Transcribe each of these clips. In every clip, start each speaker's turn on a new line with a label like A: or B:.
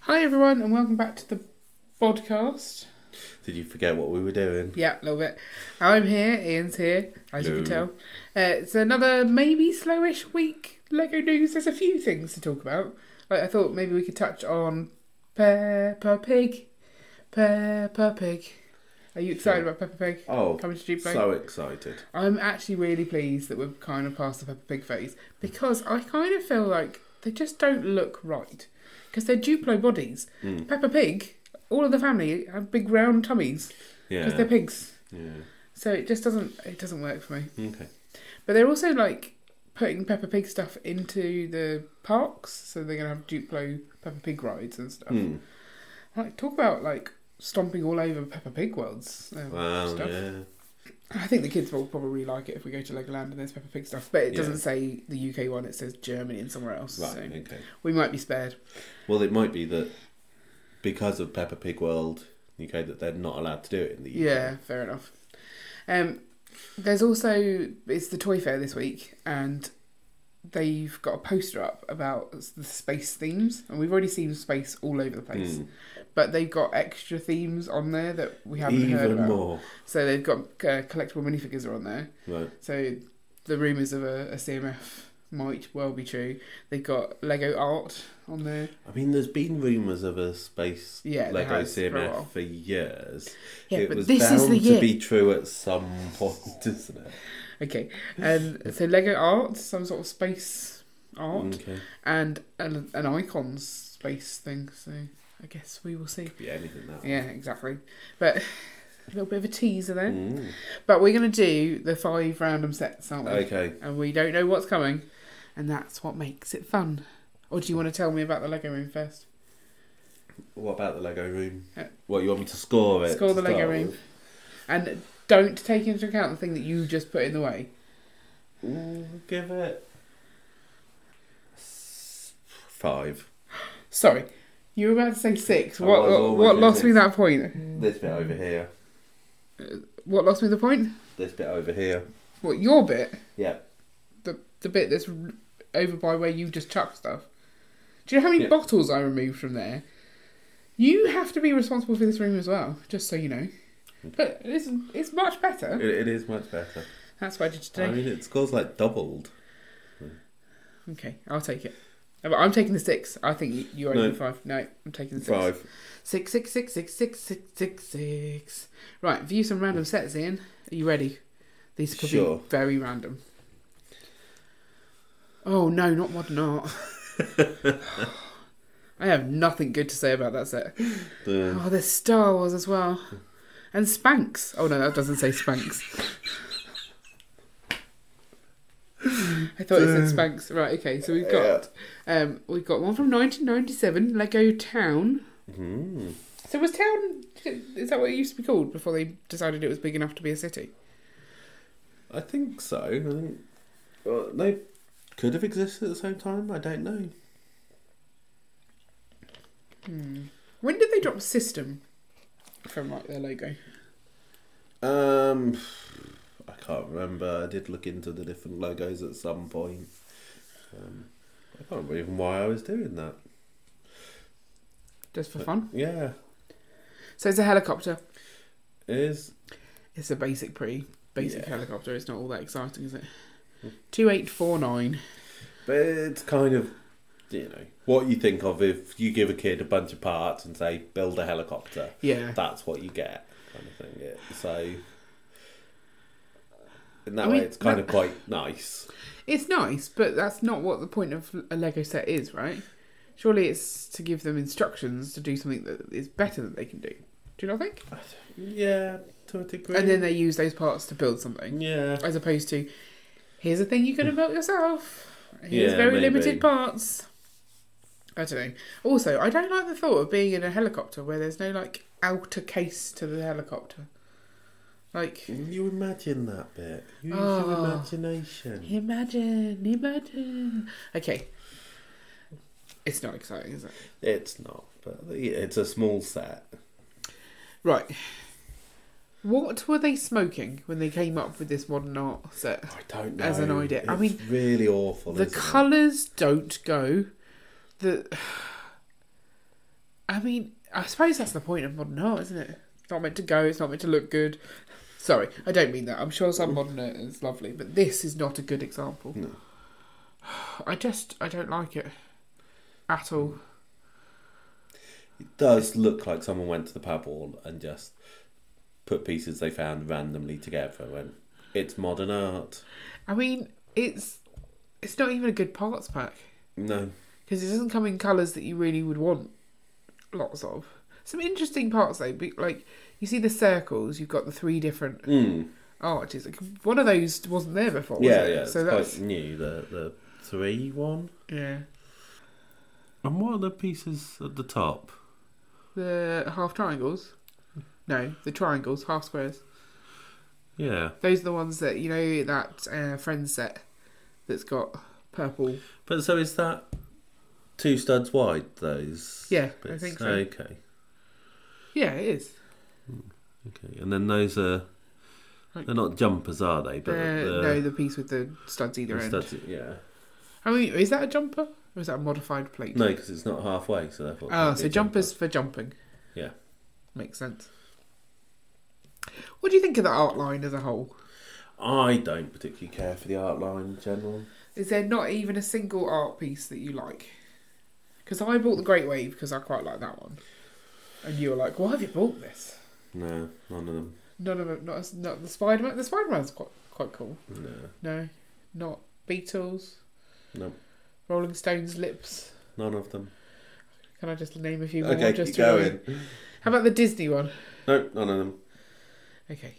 A: Hi everyone, and welcome back to the podcast.
B: Did you forget what we were doing?
A: Yeah, a little bit. I'm here. Ian's here, as you can tell.
B: Hello.
A: Uh, it's another maybe slowish week. Lego news. There's a few things to talk about. Like I thought maybe we could touch on Peppa Pig. Peppa Pig. Are you excited about Peppa Pig?
B: Oh,
A: Coming to Duplo.
B: so excited.
A: I'm actually really pleased that we've kind of passed the Peppa Pig phase because I kind of feel like they just don't look right because they're Duplo bodies.
B: Hmm.
A: Peppa Pig, all of the family have big round tummies because
B: Yeah.
A: they're pigs.
B: yeah.
A: So it just doesn't it doesn't work for me.
B: Okay.
A: But they're also like putting Peppa Pig stuff into the parks, so they're gonna have Duplo Peppa Pig rides and stuff.
B: Hmm.
A: Like talk about like stomping all over Peppa Pig worlds. Um,
B: Well,
A: stuff.
B: yeah.
A: I think the kids will probably like it if we go to Legoland and there's Peppa Pig stuff, but it
B: Yeah.
A: doesn't say the UK one, it says Germany and somewhere else.
B: Right.
A: So
B: Okay.
A: we might be spared.
B: Well, it might be that because of Peppa Pig World UK that they're not allowed to do it in the Hmm. UK.
A: Yeah, fair enough. Um, there's also, it's the Toy Fair this week, and they've got a poster up about the space themes, and we've already seen space all over the place,
B: Mm.
A: but they've got extra themes on there that we haven't heard
B: Even
A: about.
B: more.
A: So they've got uh, collectible minifigures are on there.
B: Right.
A: So the rumours of a, a CMF might well be true. They've got Lego art on there.
B: I mean, there's been rumours of a space
A: Yeah, there
B: Lego
A: has for a
B: CMF
A: while.
B: for, years.
A: Yeah,
B: it
A: but
B: was
A: this is
B: bound
A: the year.
B: to be true at some point, isn't it?
A: Okay, and so Lego art, some sort of space art,
B: Okay.
A: and a, an icons space thing. So I guess we will see.
B: Be anything that.
A: Yeah, exactly. But a little bit of a teaser there.
B: Mm.
A: But we're gonna do the five random sets, aren't we?
B: Okay.
A: And we don't know what's coming, and that's what makes it fun. Or do you want to tell me about the Lego room first?
B: What about the Lego room?
A: Yeah.
B: What you want me to score it?
A: Score
B: to
A: the Lego
B: start
A: room.
B: with?
A: And don't take into account the thing that you just put in the way.
B: Mm, give it s- five.
A: Sorry, you were about to say six.
B: I
A: What
B: was
A: what,
B: always
A: what
B: in
A: lost
B: six.
A: me that point?
B: This bit over here.
A: What lost me the point?
B: This bit over here.
A: What your bit?
B: Yeah.
A: The the bit that's r- over by where you just chuck stuff. Do you know how many
B: Yeah.
A: bottles I removed from there? You have to be responsible for this room as well, just so you know.
B: Mm.
A: But it's it's much
B: It,
A: better.
B: it is much better.
A: That's what I did today.
B: I mean, it scores like doubled.
A: Okay, I'll take it. But I'm taking the six. I think you, you owe
B: No.
A: me five. No, I'm taking the six.
B: Five.
A: Six, six, six, six, six, six, six, six. Right, view some random sets in. Are you ready? These could
B: Sure.
A: be very random. Oh no, not modern art. I have nothing good to say about that set.
B: The-
A: Oh, there's Star Wars as well. And Spanx. Oh no, that doesn't say Spanx. I thought it said Spanx. Right, okay, so we've got um we've got one from nineteen ninety seven, Lego Town.
B: Mm.
A: So was town is that what it used to be called before they decided it was big enough to be a city?
B: I think so. I think well, they could have existed at the same time. I don't know.
A: When did they drop system from like their logo?
B: Um, I can't remember. I did look into the different logos at some point. Um, I can't remember even why I was doing that.
A: Just for fun.
B: Yeah,
A: So it's a helicopter.
B: it is
A: It's a basic pretty basic
B: Yeah.
A: helicopter. It's not all that exciting, is it? Two eight four nine.
B: but it's kind of you know what you think of if you give a kid a bunch of parts and say build a helicopter.
A: Yeah.
B: That's what you get, kind of thing. Yeah. So. In that
A: I
B: way,
A: mean,
B: it's kind
A: that-
B: of quite nice.
A: It's nice, but that's not what the point of a Lego set is, right? Surely it's to give them instructions to do something that is better that they can do. Do you not think?
B: Yeah, to a degree.
A: And then they use those parts to build something.
B: yeah,
A: as opposed to here's a thing you could have built yourself. Here's
B: Yeah,
A: very
B: maybe.
A: limited parts. I don't know. Also, I don't like the thought of being in a helicopter where there's no like outer case to the helicopter. Like
B: Can you imagine that bit? Use
A: Oh.
B: your imagination.
A: imagine, imagine. Okay. It's not exciting, is it?
B: It's not, but yeah, it's a small set.
A: Right. What were they smoking when they came up with this modern art set?
B: I don't know.
A: As an idea. I
B: It's
A: mean,
B: really awful.
A: The
B: isn't it?
A: colours don't go. The I mean, I suppose that's the point of modern art, isn't it? It's not meant to go. It's not meant to look good. Sorry, I don't mean that. I'm sure some modern art is lovely, but this is not a good example.
B: No.
A: I just I don't like it at all.
B: It does look like someone went to the pub wall and just put pieces they found randomly together and it's modern art.
A: I mean, it's it's not even a good parts pack
B: No.
A: because it doesn't come in colours that you really would want lots of. Some interesting parts though, be- like you see the circles. You've got the three different
B: Mm.
A: arches. Like, one of those wasn't there before. Was
B: Yeah,
A: it?
B: yeah.
A: So
B: it's
A: that's
B: quite new, the the three one.
A: yeah.
B: And what are the pieces at the top?
A: The half triangles. No, the triangles, half squares.
B: Yeah.
A: Those are the ones that you know that uh, friend set that's got purple.
B: But so is that two studs wide those?
A: Yeah, I
B: bits?
A: think so.
B: Okay.
A: Yeah, it is.
B: Okay. And then those are
A: Like-
B: they're not jumpers, are they?
A: The,
B: But the,
A: Uh, no, the piece with the studs either
B: the
A: end.
B: studs, yeah.
A: I mean, is that a jumper or is that a modified plate?
B: No, because it's not halfway, so therefore. it
A: Ah,
B: can't be
A: so
B: a jumper.
A: jumpers for jumping.
B: Yeah.
A: Makes sense. What do you think of the art line as a whole?
B: I don't particularly care for the art line in general.
A: Is there not even a single art piece that you like? Because I bought the Great Wave because I quite like that one, and you were like, "Why have you bought this?"
B: No, none of them.
A: None of it, not not the Spider Man. The Spider Man's quite quite cool.
B: No,
A: No, not Beatles,
B: no,
A: Rolling Stones, Lips.
B: none of them.
A: Can I just name a few more?
B: Okay,
A: just
B: keep
A: to annoy you?
B: going.
A: How about the Disney one?
B: No, none of them.
A: Okay.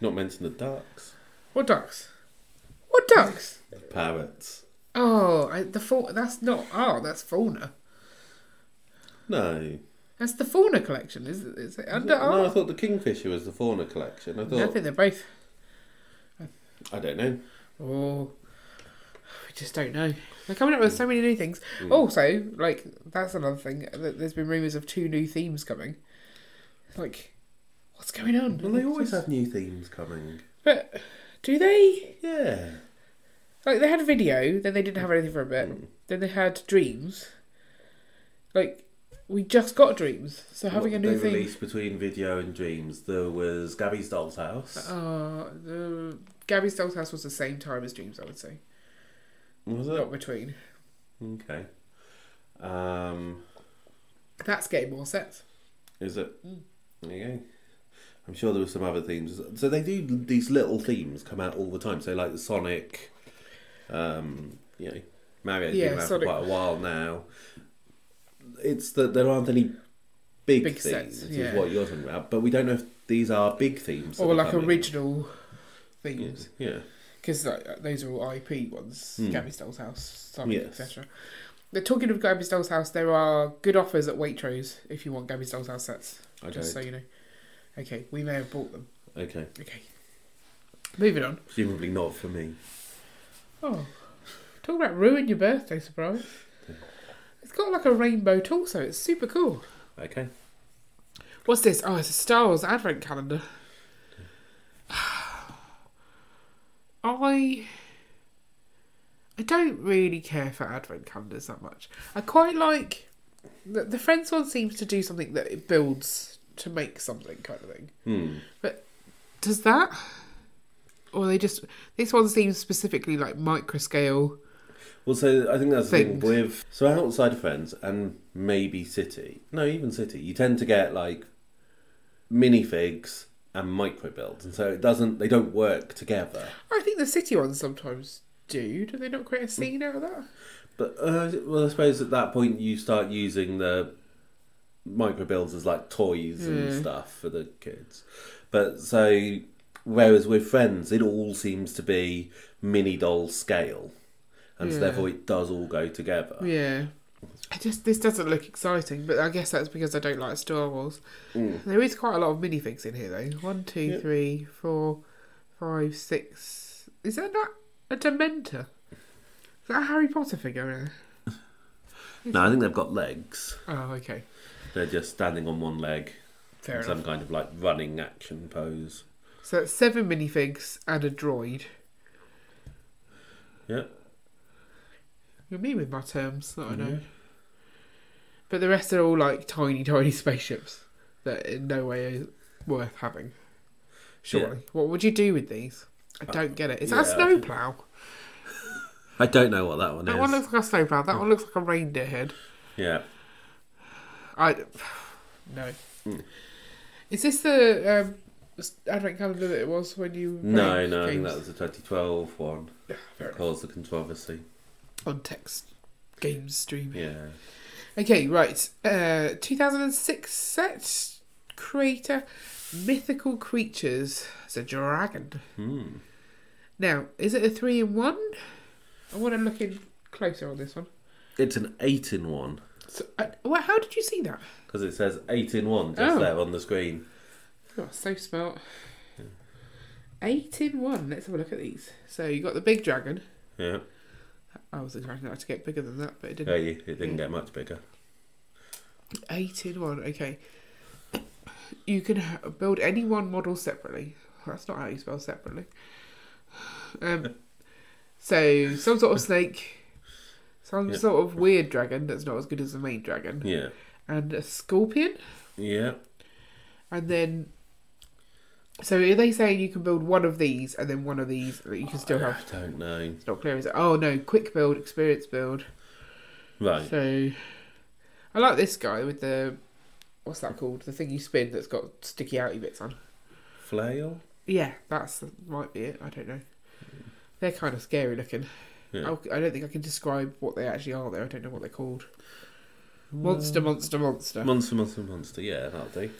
B: Not mention the ducks,
A: What ducks? What ducks?
B: the parrots.
A: Oh, I, the fauna. That's not art. That's fauna.
B: No.
A: That's the fauna collection. Is it? Is it under
B: no, I
A: art?
B: thought the kingfisher was the fauna collection. I
A: I
B: thought
A: think they're both.
B: I don't know.
A: Oh, we just don't know. They're coming up with so many new things.
B: Mm.
A: Also, like that's another thing. That there's been rumours of two new themes coming. It's Like, what's going on?
B: Well, they always have new themes coming.
A: But do they?
B: Yeah.
A: Like they had a video, then they didn't have anything for a bit.
B: Mm.
A: Then they had dreams. Like we just got dreams, so having a
B: What
A: new
B: they
A: thing.
B: released between video and dreams. There was Gabby's Doll's House.
A: Uh, the Gabby's Doll's House was the same time as Dreams, I would say.
B: was it?
A: Not between.
B: Okay. Um,
A: That's getting more sets.
B: is it?
A: Mm.
B: There you go. I'm sure there were some other themes. So they do these little themes come out all the time. So like the Sonic, um, you know, Mario's
A: Yeah,
B: been around
A: Sonic.
B: for quite a while now. It's that there aren't any
A: Big
B: big, themes,
A: sets,
B: is
A: yeah.
B: what you're talking about. But we don't know if these are big themes that
A: or
B: are
A: like
B: coming.
A: original themes.
B: Yeah. Hmm.
A: Because like, uh, those are all IP ones. Gabby's Doll's House, Sonic,
B: Yes.
A: etc. They're talking of Gabby's Doll's House. There are good offers at Waitrose if you want Gabby's Doll's House sets.
B: I
A: Just so
B: don't.
A: you know. Okay, we may have bought them.
B: Okay.
A: Okay. Moving on.
B: Presumably not for me.
A: Oh, talk about ruin your birthday surprise. It's got like a rainbow torso. It's super cool.
B: Okay.
A: What's this? Oh, it's a Star Wars advent calendar. I I don't really care for advent calendars that much. I quite like the, the Friends one seems to do something that it builds to make something kind of thing.
B: Hmm.
A: But does that or they just this one seems specifically like micro scale.
B: Well, so I think that's the thing
A: Things.
B: with so outside of Friends and maybe City, no, even City, you tend to get like minifigs and micro builds, and so it doesn't they don't work together.
A: I think the city ones sometimes do. Do they not create a scene out of that?
B: But uh, well, I suppose at that point you start using the micro builds as like toys
A: Hmm.
B: and stuff for the kids. But so whereas with Friends, it all seems to be mini doll scale, and so
A: Yeah.
B: therefore it does all go together.
A: Yeah. I just this doesn't look exciting, but I guess that's because I don't like Star Wars. There is quite a lot of minifigs in here though. One, two,
B: Yeah.
A: three, four, five, six. Is that not a Dementor? Is that a Harry Potter figure? in there?
B: No, I think they've got legs.
A: Oh, okay.
B: They're just standing on one leg,
A: Fair
B: in
A: enough.
B: some kind of like running action pose.
A: So that's seven minifigs and a droid.
B: Yeah.
A: You're me with my terms that I know. But the rest are all like tiny, tiny spaceships that in no way are worth having. Surely. What would you do with these? I don't get it. Is that a
B: Uh, yeah.
A: snowplow?
B: I don't know what that one
A: That
B: is.
A: one looks like a snowplow.
B: Hmm.
A: That one looks like a reindeer head.
B: yeah.
A: I no.
B: Hmm.
A: Is this the um, s- advent calendar that it was when you
B: No,
A: played
B: no, I think
A: games?
B: that was the 2012 one.
A: Yeah, fair enough.
B: Caused the controversy.
A: on text game streaming.
B: Yeah.
A: Okay, right. Uh, 2006 set creator mythical creatures. It's a dragon.
B: Hmm.
A: Now, is it a three in one? I want to look in closer on this one.
B: It's an 8 in 1.
A: So, I, well, how did you see that?
B: Because it says 8 in 1 just
A: Oh.
B: there on the screen.
A: Oh, so smart. Eight in one. Let's have a look at these. So you got the big dragon.
B: Yeah.
A: I was expecting that to get bigger than that, but it
B: yeah
A: didn't.
B: you- it didn't get much bigger.
A: Eight in one. Okay. You can ha- build any one model separately. That's not how you spell separately. Um, so some sort of snake, some
B: Yeah.
A: sort of weird dragon that's not as good as the main dragon,
B: Yeah.
A: and a scorpion,
B: Yeah.
A: and then. So are they saying you can build one of these and then one of these that you can still have?
B: I don't know.
A: It's not clear, is it? Oh no, quick build, experience build.
B: Right.
A: So, I like this guy with the what's that called? The thing you spin that's got sticky outy bits on.
B: Flail?
A: Yeah, that's might be it. I don't know. They're kind of scary looking.
B: Yeah.
A: I'll- I don't think I can describe what they actually are. Though I don't know what they're called. Monster, monster, monster,
B: Monster, monster, monster. Yeah, that'll do.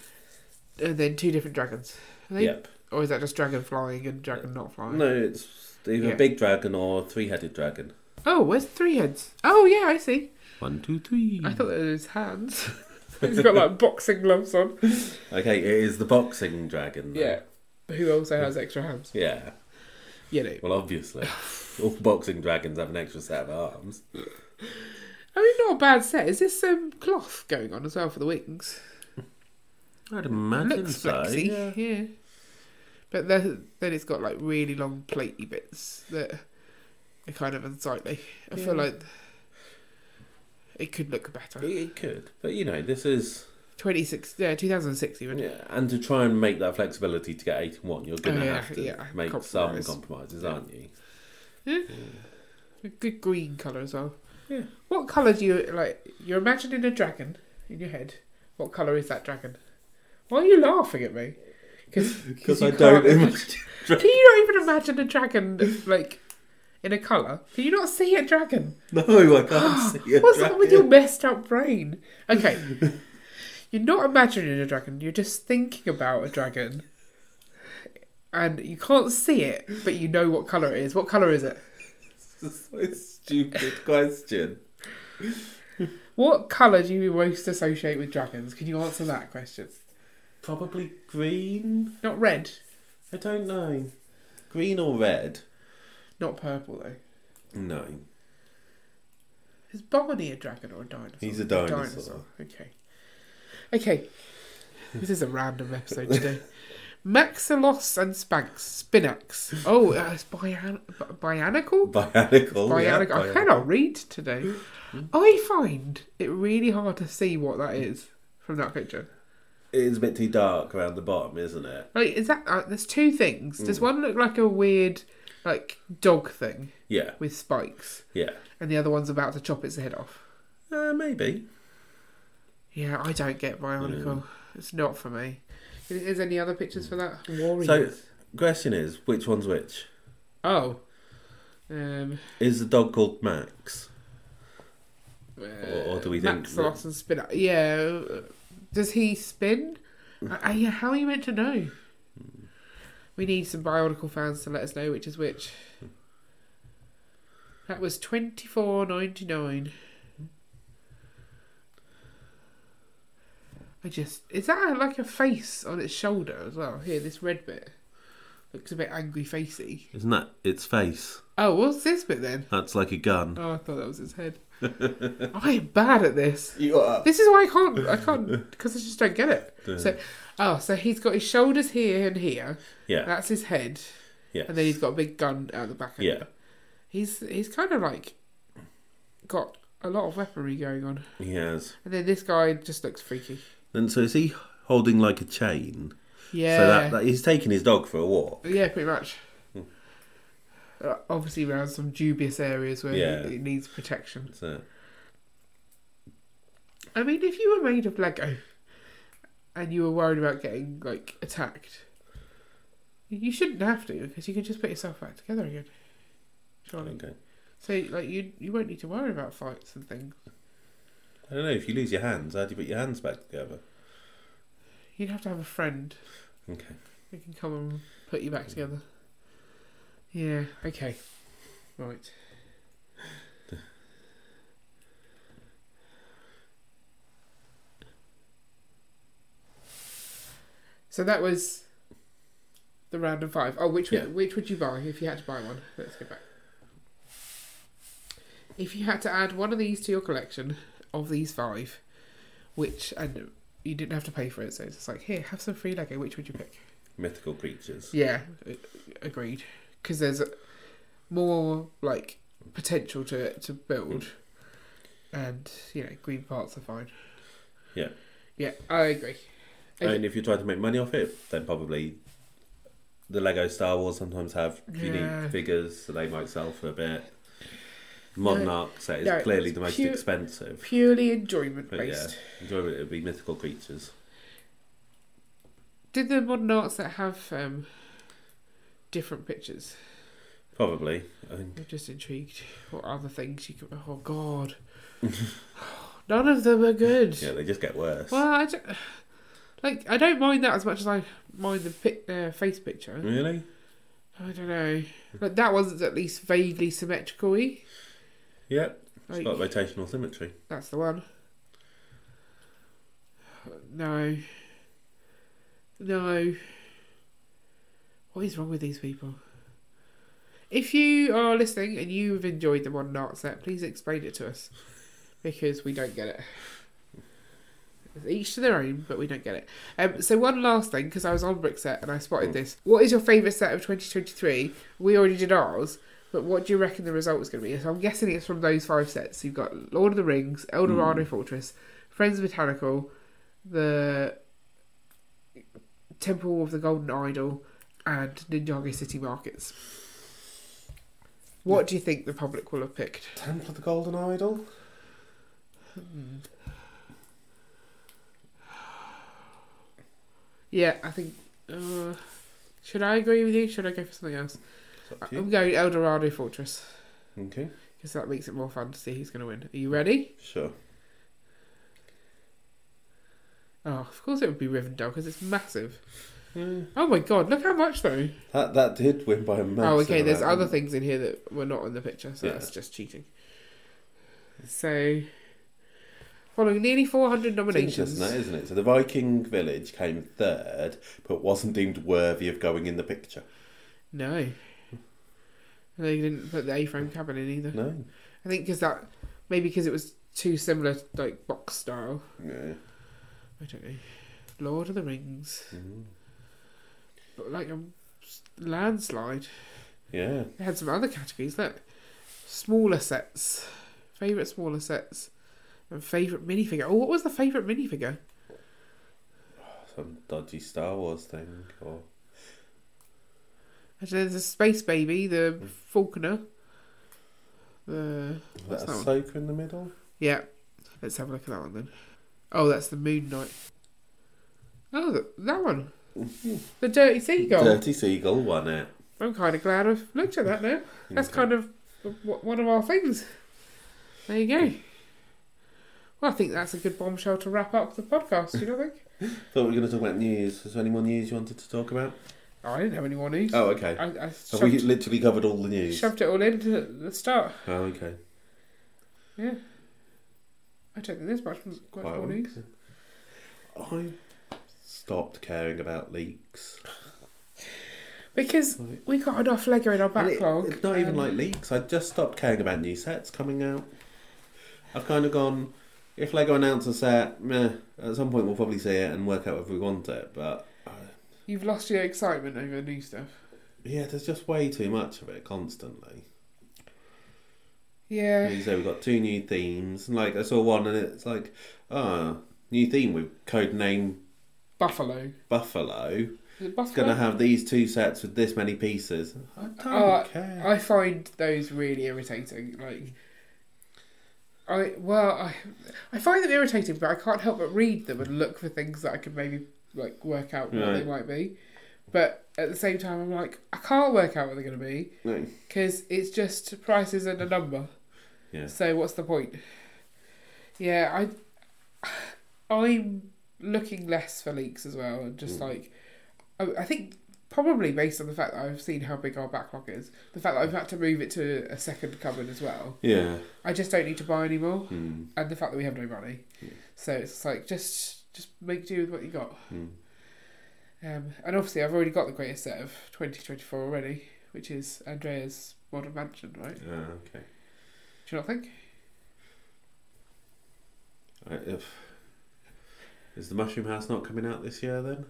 A: and then two different dragons. Are they-
B: Yep.
A: Or is that just dragon flying and dragon not flying?
B: No, it's either
A: Yeah.
B: a big dragon or a three headed dragon.
A: Oh, where's three heads? Oh yeah, I see.
B: One, two, three.
A: I thought it was hands. He's got like boxing gloves on.
B: Okay, it is the boxing dragon.
A: Yeah.
B: then.
A: Who also has extra hands?
B: Yeah.
A: You know.
B: Well, obviously. All boxing dragons have an extra set of arms.
A: I mean, not a bad set. Is this um, cloth going on as well for the wings?
B: I'd imagine
A: Looks flexy. Yeah. But then, then it's got like really long platey bits that are kind of unsightly. I feel
B: Yeah.
A: like it could look
B: It,
A: better.
B: it could. But, you know, this is.
A: 26, yeah, 2006 even.
B: Yeah, and to try and make that flexibility to get 8 and 1, you're going
A: Oh,
B: to
A: yeah,
B: have to
A: yeah,
B: make
A: compromise.
B: some compromises,
A: Yeah.
B: aren't you?
A: A good green colour as well.
B: Yeah.
A: What colour do you like? You're imagining a dragon in your head. What colour is that dragon? Why are you laughing at me? Because
B: Because I don't imagine.
A: Can you not even imagine a dragon like in a colour? Can you not see a dragon?
B: No, I can't see it.
A: What's up with your messed up brain? Okay. you're not imagining a dragon, you're just thinking about a dragon. And you can't see it, but you know what colour it is. What colour is it?
B: so stupid question.
A: What colour do you most associate with dragons? Can you answer that question?
B: Probably green?
A: Not red,
B: I don't know. Green or red?
A: not purple though.
B: No.
A: Is Barney a dragon or a dinosaur?
B: He's a dinosaur.
A: Okay. Okay. This is a random episode today. Maxillos and Spanx. Spinax. Oh, uh, it's bian- Bionicle?
B: Bionicle. Oh, yeah,
A: Bionicle. I cannot read today. I find it really hard to see what that is from that picture.
B: It's a bit too dark around the bottom, isn't it?
A: Like, is that. Uh, there's two things. Does
B: Mm.
A: one look like a weird, like, dog thing
B: Yeah,
A: with spikes,
B: yeah.
A: and the other one's about to chop its head off?
B: Uh, maybe.
A: Yeah, I don't get Bionicle. It's not for me. Is, is any other pictures for that? Warriors.
B: Question is, which one's which?
A: oh. Um,
B: Is the dog called Max?
A: or,
B: or do we think that-
A: Maxlos and Spin? Yeah. Does he spin? I, I, yeah, how are you meant to know? We need some Bionicle fans to let us know which is which. That was twenty four ninety nine. I just is that like a face on its shoulder as well? Here, this red bit looks a bit angry facey.
B: Isn't that its face?
A: Oh, what's this bit then?
B: That's like a gun.
A: Oh, I thought that was his head. I am bad at this.
B: You are.
A: This is why I can't. I can't because I just don't get it. So, oh, so he's got his shoulders here and here.
B: Yeah,
A: That's his head,
B: yeah.
A: and then he's got a big gun out the back. Of
B: Yeah.
A: it. he's he's kind of like got a lot of weaponry going on.
B: He has.
A: And then this guy just looks freaky.
B: And so is he holding like a chain?
A: Yeah.
B: So that, Hmm. that he's taking his dog for a walk.
A: Yeah, pretty much. Uh, obviously, around some dubious areas where
B: Yeah.
A: it needs protection.
B: So
A: I mean, if you were made of Lego and you were worried about getting like attacked, you shouldn't have to because you can just put yourself back together again. Surely.
B: okay.
A: So, like, you you won't need to worry about fights and things.
B: I don't know if you lose your hands, how do you put your hands back together?
A: You'd have to have a friend
B: Okay.
A: who can come and put you back together. Yeah. Okay. Right. So that was the random five. Oh, which
B: Yeah.
A: would, which would you buy if you had to buy one? Let's go back. If you had to add one of these to your collection of these five, which and you didn't have to pay for it, so it's just like here, have some free Lego. Which would you pick?
B: Mythical creatures.
A: Yeah, a- agreed. Because there's a- more like potential to it to build, and you know, green parts are fine.
B: Yeah.
A: Yeah, I agree. Okay.
B: And if you're trying to make money off it, then probably the Lego Star Wars sometimes have unique
A: Yeah.
B: figures, so they might sell for a bit. Modern
A: No,
B: Ark set is
A: no,
B: clearly
A: it's
B: the most
A: pu-
B: expensive.
A: Purely enjoyment
B: But yeah,
A: based.
B: enjoy it. It'd be mythical creatures.
A: Did the modern arts that have um, different pictures?
B: Probably. I think
A: I'm just intrigued. What other things you could? Oh God, none of them are good.
B: yeah, they just get worse.
A: Well, I don't, like I don't mind that as much as I mind the pic, uh, face picture.
B: Really?
A: I don't know. Like that one's at least vaguely symmetrical y.
B: Yep. It's
A: Like
B: got rotational symmetry.
A: that's the one. No. No. What is wrong with these people? If you are listening and you've enjoyed the modern art set, please explain it to us. Because we don't get it. Each to their own, but we don't get it. Um, so one last thing, because I was on Brickset and I spotted
B: Mm.
A: this. What is your favourite set of 2023? We already did ours, but what do you reckon the result is going to be? So I'm guessing it's from those five sets. You've got Lord of the Rings, El Dorado Fortress, Friends Botanical, the Temple of the Golden Idol, and Ninjago City Markets. What do you think the public will have picked?
B: Temple of the Golden Idol?
A: Yeah, I think. Uh, should I agree with you? Should I go for something else?
B: It's up to
A: I'm
B: you.
A: going El Dorado Fortress
B: Um, Okay.
A: because that makes it more fun to see who's going to win. Are you ready?
B: Sure.
A: Oh, of course it would be Rivendell because it's massive.
B: Yeah.
A: Oh my god, look how much though.
B: That that did win by a massive
A: oh, okay. There's
B: amount.
A: other things in here that were not in the picture, so
B: Yeah.
A: that's just cheating. So, following nearly 400
B: It's
A: nominations,
B: interesting, that, isn't it? So the Viking village came third, but wasn't deemed worthy of going in the picture.
A: no, And they didn't put the A-frame cabin in either.
B: No.
A: I think because that maybe because it was too similar, like box style.
B: Yeah.
A: I don't know. Lord of the Rings,
B: Mhm.
A: but like a landslide.
B: Yeah.
A: They had some other categories. Look, smaller sets, favorite smaller sets, and favorite minifigure. Oh, what was the favorite minifigure?
B: Some dodgy Star Wars thing or
A: And There's a space baby, the Falconer. The
B: is
A: What's
B: that a
A: that one?
B: soaker in the middle?
A: yeah, let's have a look at that one then. Oh, that's the Moon Knight. Oh, th- that one. The Dirty Seagull.
B: Dirty Seagull won it.
A: I'm kind of glad I've looked at that now. That's
B: Okay.
A: kind of w- one of our things. There you go. Well, I think that's a good bombshell to wrap up the podcast. Do you not think?
B: Thought we were going to talk about news. Is there any more news you wanted to talk about?
A: Oh, I didn't have any more news.
B: Oh, okay.
A: I, I
B: Have we
A: shoved,
B: literally covered all the news?
A: shoved it all in at the start.
B: Oh, okay.
A: Yeah. I don't think there's much, much
B: Well,
A: more news.
B: I stopped caring about leaks.
A: Because
B: Like-
A: we got enough Lego in our
B: And it-
A: backlog.
B: it's not even
A: and-
B: like leaks. I just stopped caring about new sets coming out. I've kind of gone. If Lego announce a set, meh. At some point, we'll probably see it and work out if we want it. But uh,
A: You've lost your excitement over new stuff.
B: yeah, there's just way too much of it constantly.
A: Yeah.
B: And so we've got two new themes. And like I saw one and it's like, oh, new theme with code name
A: Buffalo.
B: Buffalo.
A: Is it
B: It's
A: Buffalo?
B: gonna have these two sets with this many pieces. I don't
A: Oh,
B: care.
A: I find those really irritating. Like, I well, I I find them irritating, but I can't help but read them and look for things that I could maybe like work out what they
B: Right.
A: might be. But at the same time, I'm like, I can't work out what they're going to be
B: No.
A: because it's just prices and a number.
B: Yeah.
A: So what's the point? Yeah, I I'm looking less for leaks as well, and just like I, I think probably based on the fact that I've seen how big our backlog is, the fact that I've had to move it to a second cupboard as well.
B: Yeah.
A: I just don't need to buy anymore,
B: Hmm.
A: and the fact that we have no money, so it's like just just make do with what you got.
B: Hmm.
A: Um, and obviously, I've already got the greatest set of 2024 already, which is Andrea's Modern Mansion, right?
B: Ah, okay.
A: Do you not think?
B: I, if, is the Mushroom House not coming out this year then?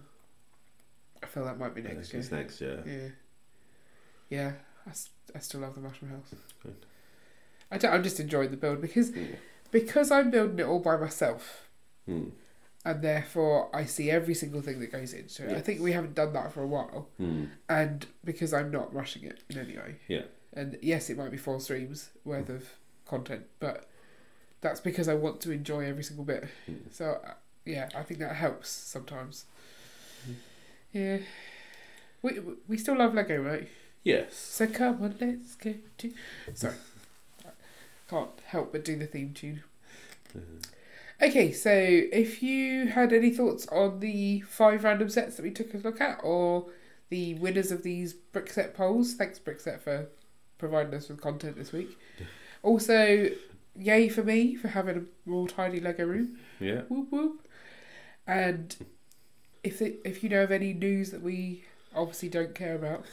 A: I feel that might be
B: I
A: next
B: think
A: year.
B: It's next year.
A: Yeah. Yeah, I, s- I still love the Mushroom House.
B: Good.
A: I don't, I'm just enjoying the build because
B: Yeah.
A: because I'm building it all by myself
B: Hmm.
A: and therefore I see every single thing that goes into it. I think we haven't done that for a while
B: Hmm.
A: and because I'm not rushing it in any way.
B: Yeah. Mm.
A: And yes, it might be four streams worth of content, but that's because I want to enjoy every single bit.
B: Hmm.
A: So uh, yeah, I think that helps sometimes. Yeah. We, we still love Lego, right?
B: Yes.
A: So come on, let's go to. Sorry, can't help but do the theme tune. Okay, so if you had any thoughts on the five random sets that we took a look at, or the winners of these Brickset polls, thanks Brickset for providing us with content this week. Also, yay for me for having a more tidy Lego room
B: Yeah.
A: whoop whoop. And if it, if you know of any news that we obviously don't care about,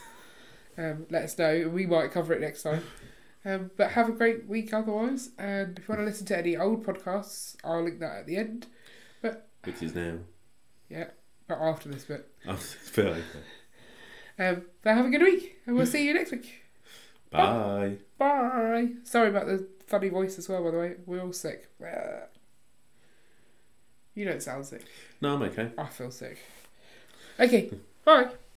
A: um, let us know. We might cover it next time. Um, but have a great week otherwise. And if you want to listen to any old podcasts, I'll link that at the end.
B: Which is now.
A: But after this bit.
B: I feel like that.
A: Um, but have a good week, and we'll see you next week.
B: Bye.
A: Bye. Sorry about the funny voice as well. By the way, we're all sick. You don't sound sick.
B: No, I'm okay.
A: I feel sick. Okay. Bye.